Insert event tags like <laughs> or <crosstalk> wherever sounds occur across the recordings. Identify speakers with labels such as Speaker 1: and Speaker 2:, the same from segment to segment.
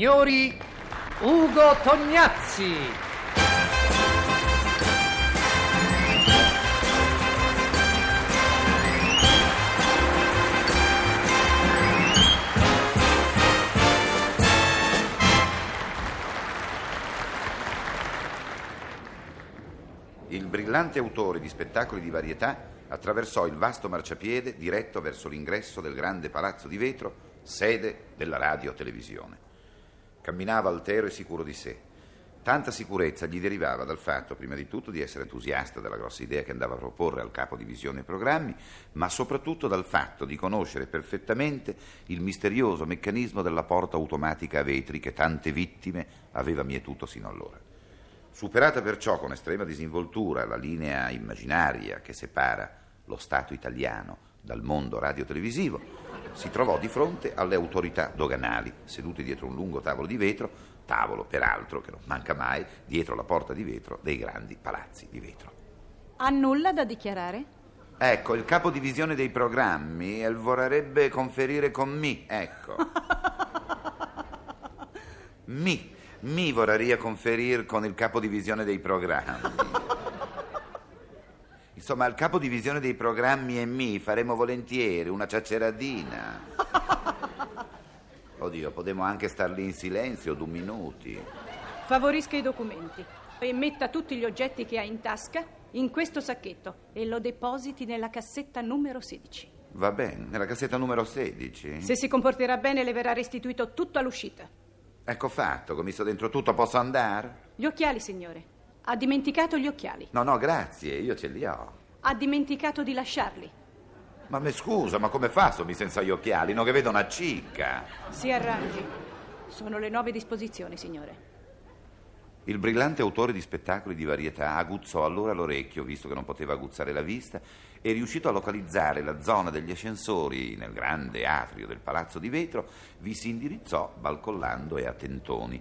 Speaker 1: Signori, Ugo Tognazzi.
Speaker 2: Il brillante autore di spettacoli di varietà attraversò il vasto marciapiede diretto verso l'ingresso del grande palazzo di vetro, sede della radio-televisione. Camminava altero e sicuro di sé. Tanta sicurezza gli derivava dal fatto, prima di tutto, di essere entusiasta della grossa idea che andava a proporre al capo di visione e programmi, ma soprattutto dal fatto di conoscere perfettamente il misterioso meccanismo della porta automatica a vetri che tante vittime aveva mietuto sino allora. Superata perciò con estrema disinvoltura la linea immaginaria che separa lo Stato italiano dal mondo radiotelevisivo, si trovò di fronte alle autorità doganali, sedute dietro un lungo tavolo di vetro, tavolo peraltro che non manca mai, dietro la porta di vetro dei grandi palazzi di vetro.
Speaker 3: Ha nulla da dichiarare?
Speaker 2: Ecco, il capo divisione dei programmi eh, vorrebbe conferire con me, ecco. mi, mi vorrebbe conferire con il capo divisione dei programmi. Insomma, al capo divisione dei programmi e mi faremo volentieri una ciaceradina. Oddio, potremmo anche star lì in silenzio due minuti.
Speaker 3: Favorisca i documenti e metta tutti gli oggetti che ha in tasca in questo sacchetto e lo depositi nella cassetta numero 16.
Speaker 2: Va bene, nella cassetta numero 16.
Speaker 3: Se si comporterà bene le verrà restituito tutto all'uscita.
Speaker 2: Ecco fatto, che ho messo dentro tutto, posso andare?
Speaker 3: Gli occhiali, signore. Ha dimenticato gli occhiali.
Speaker 2: No, no, grazie, io ce li ho.
Speaker 3: Ha dimenticato di lasciarli.
Speaker 2: Ma mi scusa, ma come fa sommi senza gli occhiali? Non che vedo una cicca.
Speaker 3: Si arrangi. Sono le nuove disposizioni, signore.
Speaker 2: Il brillante autore di spettacoli di varietà aguzzò allora l'orecchio, visto che non poteva aguzzare la vista, e riuscito a localizzare la zona degli ascensori nel grande atrio del palazzo di vetro, vi si indirizzò balcollando e a tentoni.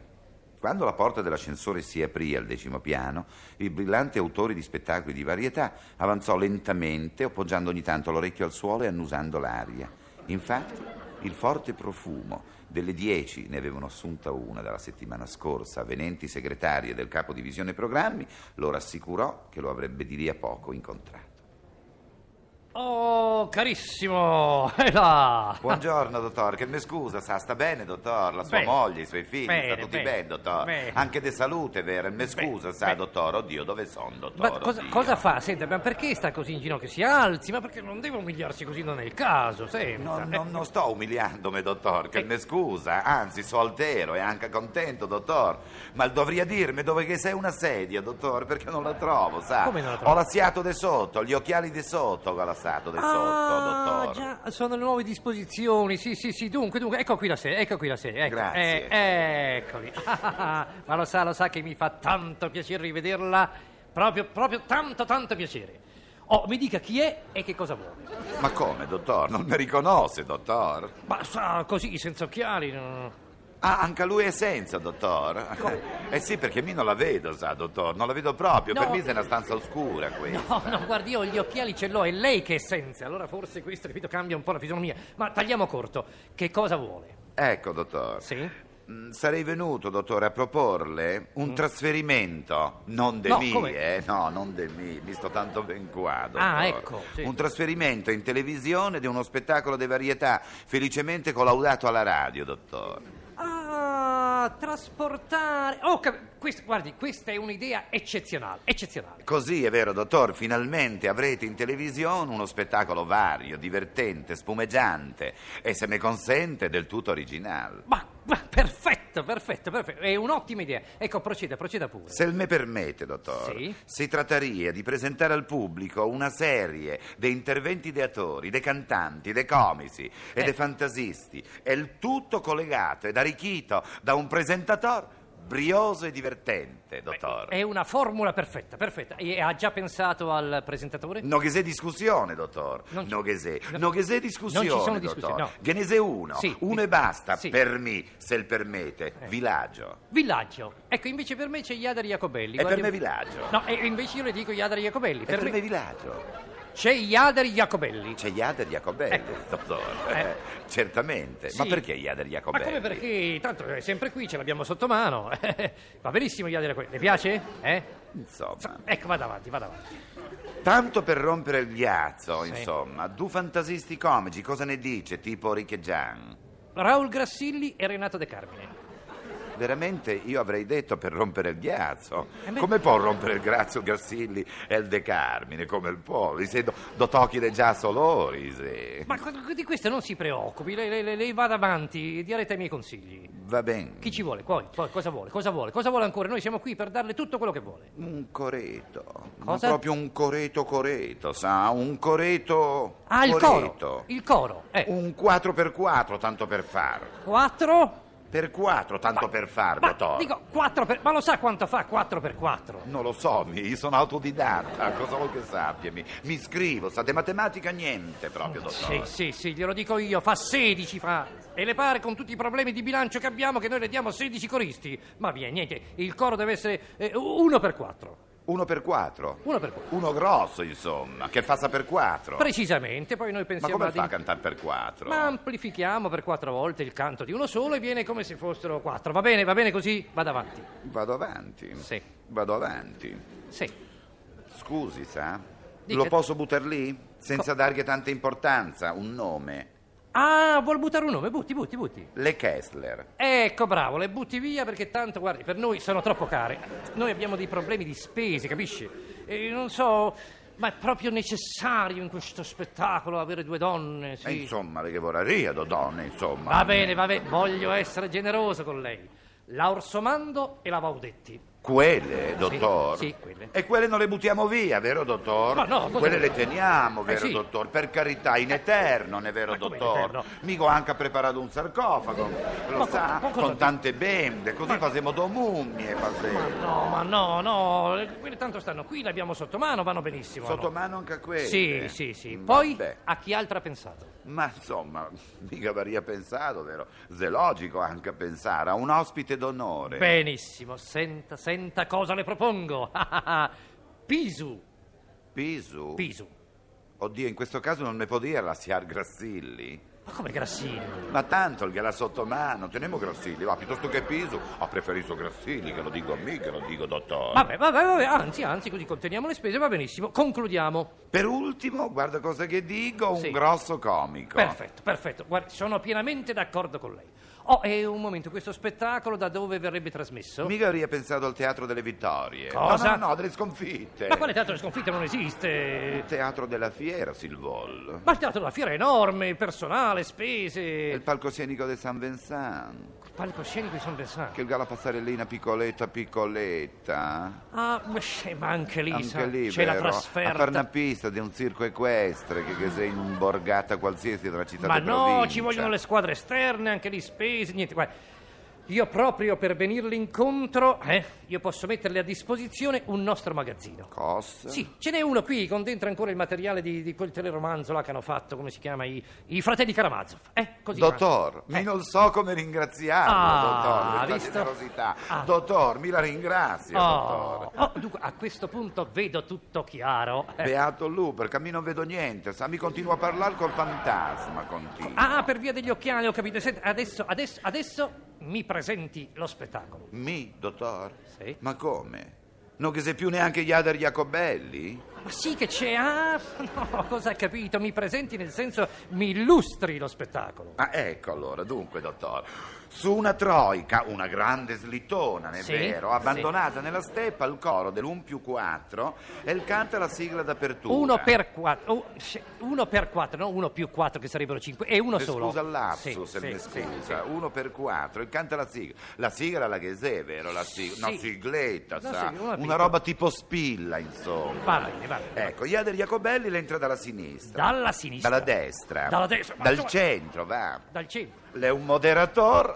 Speaker 2: Quando la porta dell'ascensore si aprì al decimo piano, il brillante autore di spettacoli di varietà avanzò lentamente, appoggiando ogni tanto l'orecchio al suolo e annusando l'aria. Infatti, il forte profumo delle dieci, ne avevano assunta una dalla settimana scorsa, venenti segretarie del capo divisione programmi, lo rassicurò che lo avrebbe di lì a
Speaker 1: <laughs>
Speaker 2: poco incontrato.
Speaker 1: Oh, carissimo, <laughs> è là.
Speaker 2: Buongiorno, dottor. Che mi scusa, sa, sta bene, dottor? La sua
Speaker 1: Bene.
Speaker 2: moglie, i suoi figli,
Speaker 1: Bene,
Speaker 2: sta tutti
Speaker 1: bene,
Speaker 2: bene, dottor?
Speaker 1: bene.
Speaker 2: Anche di salute, vero? Mi scusa, sa,
Speaker 1: bene.
Speaker 2: dottor? Oddio, dove sono, dottor?
Speaker 1: Ma cosa,
Speaker 2: Oddio.
Speaker 1: cosa fa? Senta, ma perché sta così in ginocchio? Si alzi, ma perché non deve umiliarsi così, non è il caso,
Speaker 2: No,
Speaker 1: senta.
Speaker 2: no,
Speaker 1: Eh,
Speaker 2: non sto umiliandomi, dottor, che mi scusa, anzi, so altero e anche contento, dottor. Ma dovrei dirmi dove che sei una sedia, dottor, perché non la trovo, sa?
Speaker 1: Eh, Come non la trovi?
Speaker 2: Ho l'assiato di sotto, gli occhiali di sotto, ho lasciato di sotto,
Speaker 1: ah,
Speaker 2: dottor.
Speaker 1: già, sono le nuove disposizioni, sì, sì, sì, dunque, dunque, ecco qui la sedia, ecco qui la sedia, ecco.
Speaker 2: Grazie.
Speaker 1: Eh, eccoli. <laughs> Ma lo sa, lo sa che mi fa tanto piacere rivederla, proprio, proprio tanto, tanto piacere. Oh, mi dica chi è e che cosa vuole.
Speaker 2: Ma come, dottor? Non mi riconosce, dottor?
Speaker 1: Ma sa, così, senza occhiali. no.
Speaker 2: Ah, anche lui è senza, dottor? Eh sì, perché mi non la vedo, sa, dottor, non la vedo proprio,
Speaker 1: No.
Speaker 2: per me è una stanza oscura questa.
Speaker 1: No, no, guardi, io gli occhiali ce l'ho, è lei che è senza. Allora forse questo, capito, cambia un po' la fisionomia. Ma tagliamo corto. Che cosa vuole?
Speaker 2: Ecco, dottor.
Speaker 1: Sì?
Speaker 2: Mm, Sarei venuto, dottore, a proporle un trasferimento. Non de
Speaker 1: Mm. No,
Speaker 2: me,
Speaker 1: come?
Speaker 2: eh? No, non de me, mi sto tanto ben qua, dottore.
Speaker 1: Ah, ecco, sì.
Speaker 2: Un trasferimento in televisione di uno spettacolo di varietà, felicemente collaudato alla radio, dottore.
Speaker 1: Ah, trasportare. Oh, cap- questo- guardi, questa è un'idea eccezionale, eccezionale.
Speaker 2: Così, è vero, dottore, finalmente avrete in televisione uno spettacolo vario, divertente, spumeggiante e, se me consente, del tutto originale.
Speaker 1: Ma, ma perfetto, perfetto, perfetto. È un'ottima idea. Ecco, proceda, proceda pure.
Speaker 2: Se me permette, dottore,
Speaker 1: Sì?
Speaker 2: si trattaria di presentare al pubblico una serie di interventi di attori, di cantanti, di comici e
Speaker 1: Eh.
Speaker 2: di fantasisti, e il tutto collegato ed arricchito da un presentatore brioso e divertente, dottore.
Speaker 1: È una formula perfetta, perfetta. E ha già pensato al presentatore?
Speaker 2: No che se discussione, dottore.
Speaker 1: eh. Non ci-
Speaker 2: No che se.
Speaker 1: no-
Speaker 2: No che se
Speaker 1: non ci sono discussioni,
Speaker 2: discussione, dottore.
Speaker 1: no.
Speaker 2: Che ne se uno.
Speaker 1: Sì,
Speaker 2: Uno
Speaker 1: di-
Speaker 2: e basta,
Speaker 1: sì. Eh.
Speaker 2: per me, se il permette. Villaggio.
Speaker 1: Villaggio. Ecco, invece per me c'è Iadar Jacobelli.
Speaker 2: E per
Speaker 1: Guardi-
Speaker 2: me villaggio.
Speaker 1: No, e invece io le dico Iadar Jacobelli.
Speaker 2: E per me villaggio.
Speaker 1: C'è Iader Jacobelli.
Speaker 2: C'è Iader Jacobelli, dottore.
Speaker 1: Ecco, Eh.
Speaker 2: Certamente. Ma
Speaker 1: Sì.
Speaker 2: perché Iader
Speaker 1: Ma
Speaker 2: Jacobelli?
Speaker 1: come perché? Tanto è sempre qui, ce l'abbiamo sotto mano. <laughs> Va benissimo Iader Jacobelli. Le piace? Eh?
Speaker 2: Insomma,
Speaker 1: Ecco, vada avanti, vada avanti.
Speaker 2: tanto per rompere il ghiaccio, insomma, due fantasisti comici, cosa ne dice? Tipo Rick e Gian.
Speaker 1: Raul Grassilli e Renato De Carmine.
Speaker 2: Veramente io avrei detto per rompere il ghiaccio.
Speaker 1: Eh beh.
Speaker 2: Come può rompere il ghiaccio Grassilli e il De Carmine come il Poli? Se do, do tocchi de già solori, se.
Speaker 1: Ma co- di questo non si preoccupi, lei, lei- lei- lei vada avanti, direte i miei consigli.
Speaker 2: Va bene.
Speaker 1: Chi ci vuole? Poi, poi cosa vuole? Cosa vuole? Cosa vuole ancora? Noi siamo qui per darle tutto quello che vuole.
Speaker 2: Un coreto. Ma
Speaker 1: Cosa?
Speaker 2: Proprio un coreto coreto, sa? Un coreto.
Speaker 1: Ah, il
Speaker 2: coreto.
Speaker 1: coro! Il coro, eh.
Speaker 2: Un 4x4, tanto per farlo.
Speaker 1: Quattro?
Speaker 2: Per 4, tanto per farlo,
Speaker 1: Ma,
Speaker 2: dottore.
Speaker 1: dico, quattro per... Ma lo sa quanto fa quattro per quattro?
Speaker 2: Non lo so, mi io sono autodidatta, cosa vuoi che sappia? Mi, mi scrivo, sa, di matematica niente proprio,
Speaker 1: Sì,
Speaker 2: dottore.
Speaker 1: sì, sì, glielo dico io, fa 16 fa. E le pare con tutti i problemi di bilancio che abbiamo che noi le diamo 16 coristi. Ma via, niente, il coro deve essere 1 per 4.
Speaker 2: 1 per 4.
Speaker 1: 1 per 4.
Speaker 2: Uno grosso, insomma, che fa sa per 4.
Speaker 1: Precisamente, poi noi
Speaker 2: Ma
Speaker 1: pensiamo
Speaker 2: come
Speaker 1: ad
Speaker 2: fa a cantare per 4?
Speaker 1: Ma amplifichiamo per quattro volte il canto di uno solo e viene come se fossero quattro. Va bene, va bene così? Vado avanti.
Speaker 2: Vado avanti.
Speaker 1: Sì.
Speaker 2: Vado avanti.
Speaker 1: Sì.
Speaker 2: Scusi, sa?
Speaker 1: Dica.
Speaker 2: Lo posso buttare lì? Senza dargli tanta importanza, un nome.
Speaker 1: Ah, vuol buttare un nome? Butti, butti, butti.
Speaker 2: Le Kessler.
Speaker 1: Ecco, bravo, le butti via perché tanto, guardi, per noi sono troppo care. Noi abbiamo dei problemi di spese, capisci? E non so, ma è proprio necessario in questo spettacolo avere due donne,
Speaker 2: E
Speaker 1: sì.
Speaker 2: Eh, insomma, le che vorrei, do donne, insomma.
Speaker 1: Va bene, va bene, voglio essere generoso con lei. La Orsomando e la Vaudetti.
Speaker 2: Quelle, dottor.
Speaker 1: sì, quelle.
Speaker 2: E quelle non le buttiamo via, vero, dottor?
Speaker 1: Ma no, cosa
Speaker 2: Quelle
Speaker 1: vuole?
Speaker 2: le teniamo,
Speaker 1: Eh,
Speaker 2: vero,
Speaker 1: sì. Eh,
Speaker 2: dottor? Per carità, in eterno, non è vero,
Speaker 1: Ma come in
Speaker 2: dottor?
Speaker 1: eterno?
Speaker 2: Mico anche ha preparato un sarcofago, lo
Speaker 1: Ma
Speaker 2: sa,
Speaker 1: co- ma cosa
Speaker 2: con
Speaker 1: dici?
Speaker 2: tante bende, così facciamo do mummie, facemo.
Speaker 1: No, ma no, no, le- quelle tanto stanno qui, le abbiamo sotto mano, vanno benissimo.
Speaker 2: Sotto
Speaker 1: no?
Speaker 2: mano anche a quelle.
Speaker 1: Sì, sì, sì. Poi
Speaker 2: Vabbè.
Speaker 1: a chi altro ha pensato?
Speaker 2: Ma insomma, mica avrei pensato, vero? È logico anche pensare a un ospite d'onore.
Speaker 1: Benissimo, senta, senta cosa le propongo. <laughs> Pisu,
Speaker 2: Pisu?
Speaker 1: Pisu.
Speaker 2: Oddio, in questo caso non me può dire la siar Grassilli.
Speaker 1: Ma come Grassini?
Speaker 2: Ma tanto gliela sotto mano, teniamo Grassilli, va, piuttosto che Pisu, ho preferito Grassilli, che lo dico a me, che lo dico dottore.
Speaker 1: Vabbè, vabbè, vabbè, anzi, anzi, così conteniamo le spese, va benissimo. Concludiamo.
Speaker 2: Per ultimo, guarda cosa che dico, un
Speaker 1: Sì.
Speaker 2: grosso comico.
Speaker 1: Perfetto, perfetto. Guardi, sono pienamente d'accordo con lei. Oh, e un momento, questo spettacolo da dove verrebbe trasmesso?
Speaker 2: Mica avrei pensato al Teatro delle Vittorie.
Speaker 1: Cosa?
Speaker 2: No, no, no, delle sconfitte.
Speaker 1: Ma quale teatro di sconfitta non esiste?
Speaker 2: Il Teatro della Fiera, Silvol.
Speaker 1: Ma il teatro della fiera è enorme, personale,
Speaker 2: E Il
Speaker 1: spese.
Speaker 2: palcoscenico di San Vincent.
Speaker 1: Il palcoscenico di San Vincent.
Speaker 2: Che il gala passarellina piccoletta piccoletta.
Speaker 1: Ah, ma c'è- ma anche lì, sa,
Speaker 2: Anche lì,
Speaker 1: c'è la
Speaker 2: vero?
Speaker 1: trasferta.
Speaker 2: A far una pista di un circo equestre che, che sei in un borgata qualsiasi della città
Speaker 1: Ma
Speaker 2: di
Speaker 1: no,
Speaker 2: provincia.
Speaker 1: ci vogliono le squadre esterne, anche le spese, niente. Guarda, io proprio per venirle incontro, eh, io posso metterle a disposizione un nostro magazzino.
Speaker 2: Cos?
Speaker 1: Sì, ce n'è uno qui con dentro ancora il materiale di, di quel teleromanzo là che hanno fatto, come si chiama, i, i fratelli Karamazov. Eh, così.
Speaker 2: Dottor,
Speaker 1: ma-
Speaker 2: mi
Speaker 1: eh,
Speaker 2: non so come ringraziarlo,
Speaker 1: Ah,
Speaker 2: dottor, questa
Speaker 1: visto?
Speaker 2: generosità.
Speaker 1: Ah.
Speaker 2: Dottor, mi la ringrazio,
Speaker 1: Oh,
Speaker 2: dottor.
Speaker 1: oh, dunque, a questo punto vedo tutto chiaro. Eh,
Speaker 2: Beato lui, perché a me non vedo niente, sa, mi continua a parlare col fantasma, continua.
Speaker 1: Ah, per via degli occhiali, ho capito. Senta, adesso, adesso, adesso mi presenti lo spettacolo.
Speaker 2: Mi, dottor?
Speaker 1: Sì.
Speaker 2: Ma come? Non che sei più neanche Iader Jacobelli?
Speaker 1: Ma sì che c'è, ah, <laughs> no, cosa ha capito? Mi presenti nel senso, mi illustri lo spettacolo.
Speaker 2: Ah, ecco allora, dunque, dottor. Su una troica, una grande slittona, è
Speaker 1: Sì,
Speaker 2: vero,
Speaker 1: sì.
Speaker 2: abbandonata nella steppa, il coro dell'1 più 4 e il canta la sigla d'apertura.
Speaker 1: Uno per quattro, oh, sce- uno per quattro, no, uno più quattro che sarebbero cinque, e uno
Speaker 2: Mi
Speaker 1: solo.
Speaker 2: Scusa il lapsus,
Speaker 1: Sì,
Speaker 2: se
Speaker 1: sì,
Speaker 2: mi
Speaker 1: sì,
Speaker 2: scusa.
Speaker 1: sì.
Speaker 2: Uno per quattro e canta la sigla. La sigla la Ghesè, vero? La sigla. Una
Speaker 1: Sì.
Speaker 2: sigletta,
Speaker 1: Una
Speaker 2: sa.
Speaker 1: sigla, una
Speaker 2: una
Speaker 1: piccola.
Speaker 2: roba tipo spilla, insomma.
Speaker 1: Va bene, va bene.
Speaker 2: Ecco, Iader Jacobelli le entra dalla sinistra.
Speaker 1: Dalla sinistra.
Speaker 2: Dalla destra.
Speaker 1: Dalla destra, ma
Speaker 2: Dal
Speaker 1: insomma-
Speaker 2: centro, va.
Speaker 1: Dal centro.
Speaker 2: Lei è un
Speaker 1: <laughs>
Speaker 2: moderatore,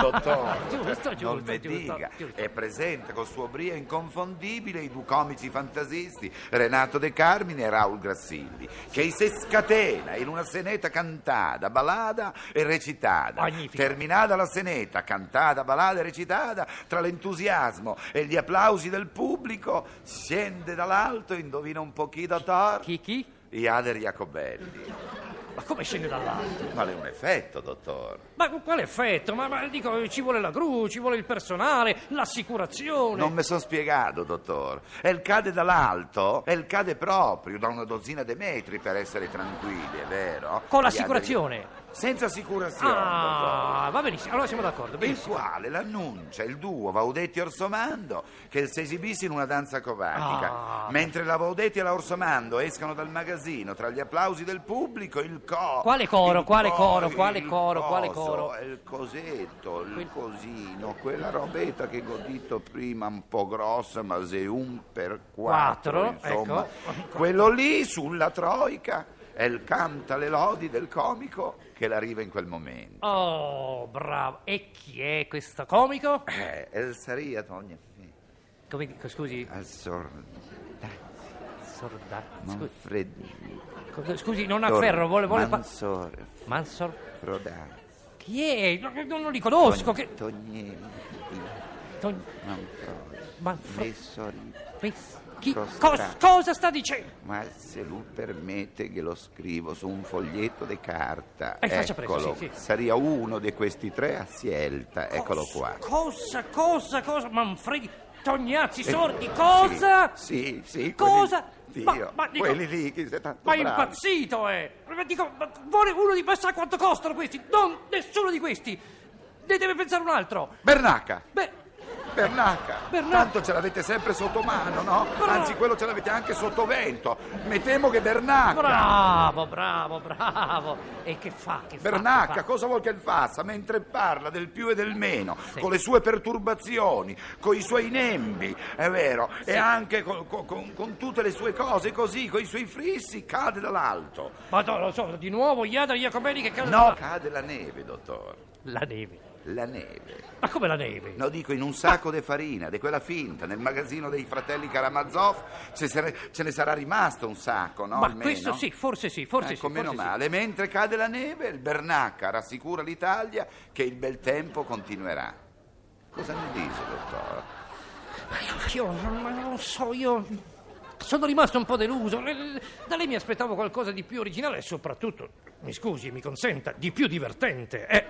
Speaker 2: dottore.
Speaker 1: Giusto, giusto,
Speaker 2: Non mi
Speaker 1: giusto,
Speaker 2: dica.
Speaker 1: giusto.
Speaker 2: È presente col suo brio inconfondibile i due comici fantasisti, Renato De Carmine e Raul Grassilli, che si scatena in una seneta cantata, balada e recitata.
Speaker 1: Magnifico.
Speaker 2: Terminata la seneta, cantata, balada e recitata, tra l'entusiasmo e gli applausi del pubblico, scende dall'alto, indovina un pochino, dottore.
Speaker 1: Chi, chi?
Speaker 2: Iader Jacobelli.
Speaker 1: Ma come scende dall'alto?
Speaker 2: Ma è un effetto, dottore.
Speaker 1: Ma con quale effetto? Ma, ma dico, ci vuole la gru, ci vuole il personale, l'assicurazione.
Speaker 2: Non me sono spiegato, dottore. El cade dall'alto, el cade proprio, da una dozzina di metri per essere tranquilli, è vero?
Speaker 1: Con
Speaker 2: Gli
Speaker 1: l'assicurazione.
Speaker 2: aderi- Senza assicurazione, dottore.
Speaker 1: Ah, va benissimo, allora siamo d'accordo.
Speaker 2: Certo, Il
Speaker 1: Benissimo.
Speaker 2: quale l'annuncia il duo Vaudetti e Orsomando che il si esibisse in una danza covatica.
Speaker 1: Ah.
Speaker 2: mentre la Vaudetti e la Orsomando escano dal magazzino tra gli applausi del pubblico, il coro.
Speaker 1: Quale coro,
Speaker 2: il
Speaker 1: quale
Speaker 2: coro,
Speaker 1: coro, quale
Speaker 2: il
Speaker 1: coro, quale
Speaker 2: coso,
Speaker 1: coro?
Speaker 2: Il cosetto, il cosino, quella robetta che ho detto prima, un po' grossa, ma se un per quattro.
Speaker 1: Quattro,
Speaker 2: insomma,
Speaker 1: ecco.
Speaker 2: quello lì sulla troica. è il canta le lodi del comico che l'arriva in quel momento.
Speaker 1: Oh, bravo. E chi è questo comico?
Speaker 2: Eh, el saria Togna
Speaker 1: Come dico, scusi,
Speaker 2: al sordo
Speaker 1: Sordacci. Scusi,
Speaker 2: Manfredi
Speaker 1: co- scusi, non afferro, vuole... vuole pa-
Speaker 2: Mansor
Speaker 1: Mansor?
Speaker 2: Frodati
Speaker 1: Chi è? No, Non, non li conosco. Che...
Speaker 2: Tognelli
Speaker 1: Togn-
Speaker 2: Manfrodi
Speaker 1: Manfro-
Speaker 2: Messori
Speaker 1: Fes- Chi?
Speaker 2: Prostrati.
Speaker 1: cos- cosa sta dicendo?
Speaker 2: ma se lui permette che lo scrivo su un foglietto di carta
Speaker 1: Eh, faccia presto,
Speaker 2: eccolo
Speaker 1: sì, sì.
Speaker 2: saria uno di questi tre a Sielta eccolo
Speaker 1: Cos-
Speaker 2: qua
Speaker 1: Cosa, cosa, cosa? Manfredi, Tognazzi,
Speaker 2: Eh,
Speaker 1: Sordi, cosa?
Speaker 2: sì sì quelli-
Speaker 1: Cosa?
Speaker 2: Dio,
Speaker 1: Ma- ma dico-
Speaker 2: quelli lì che sei tanto
Speaker 1: Ma è
Speaker 2: bravo.
Speaker 1: impazzito, eh! Ma dico, ma vuole uno di... Ma sa quanto costano questi? Non, nessuno di questi! Ne deve pensare un altro!
Speaker 2: Bernacca
Speaker 1: Beh,
Speaker 2: Bernacca,
Speaker 1: Bernacca.
Speaker 2: tanto ce l'avete sempre sotto mano, no?
Speaker 1: Bra-
Speaker 2: Anzi, quello ce l'avete anche sotto vento. Mi temo che Bernacca.
Speaker 1: bravo, bravo, bravo! E che fa, che fa?
Speaker 2: Bernacca,
Speaker 1: che fa?
Speaker 2: cosa vuol che faccia mentre parla del più e del meno,
Speaker 1: Sì.
Speaker 2: con le sue perturbazioni, con i suoi nembi, è vero, e anche con, con- con- con tutte le sue cose così, con i suoi frissi, cade dall'alto.
Speaker 1: Ma no, lo so, di nuovo Iada Iacobelli che cade...
Speaker 2: No, cade la neve, dottore,
Speaker 1: La neve.
Speaker 2: la neve.
Speaker 1: Ma come la neve?
Speaker 2: No, dico in un sacco di farina, di quella finta, nel magazzino dei fratelli Karamazov, ce, se- ce ne sarà rimasto un sacco, no?
Speaker 1: Ma
Speaker 2: Almeno.
Speaker 1: questo sì, forse sì, forse
Speaker 2: ecco,
Speaker 1: sì.
Speaker 2: meno
Speaker 1: forse sì.
Speaker 2: male. Mentre cade la neve, il Bernacca rassicura l'Italia che il bel tempo continuerà. Cosa ne dice, dottore?
Speaker 1: Io ma non so, io sono rimasto un po' deluso. Eh, Da lei mi aspettavo qualcosa di più originale e soprattutto, mi scusi, mi consenta, di più divertente. Eh,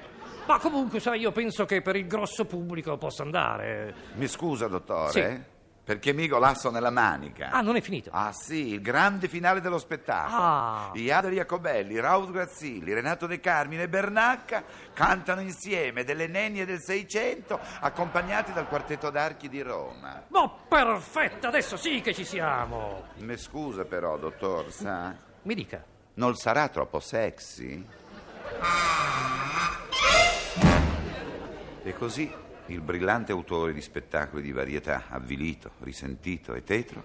Speaker 1: ma comunque, sai, io penso che per il grosso pubblico possa andare.
Speaker 2: Mi scusa, dottore,
Speaker 1: Sì.
Speaker 2: eh, perché migo lasso nella manica.
Speaker 1: Ah, non è finito.
Speaker 2: Ah, sì, il grande finale dello spettacolo.
Speaker 1: Ah.
Speaker 2: Iader Jacobelli, Raul Grazzilli, Renato De Carmine e Bernacca cantano insieme delle nenie del Seicento accompagnati dal quartetto d'archi di Roma.
Speaker 1: Ma perfetto, adesso sì che ci siamo.
Speaker 2: Mi scusa però, dottor, sa,
Speaker 1: Mi dica.
Speaker 2: non sarà troppo sexy? E così il brillante autore di spettacoli di varietà, avvilito, risentito e tetro,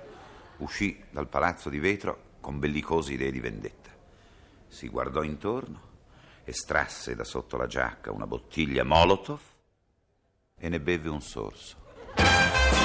Speaker 2: uscì dal palazzo di vetro con bellicose idee di vendetta. Si guardò intorno, estrasse da sotto la giacca una bottiglia Molotov e ne beve un sorso.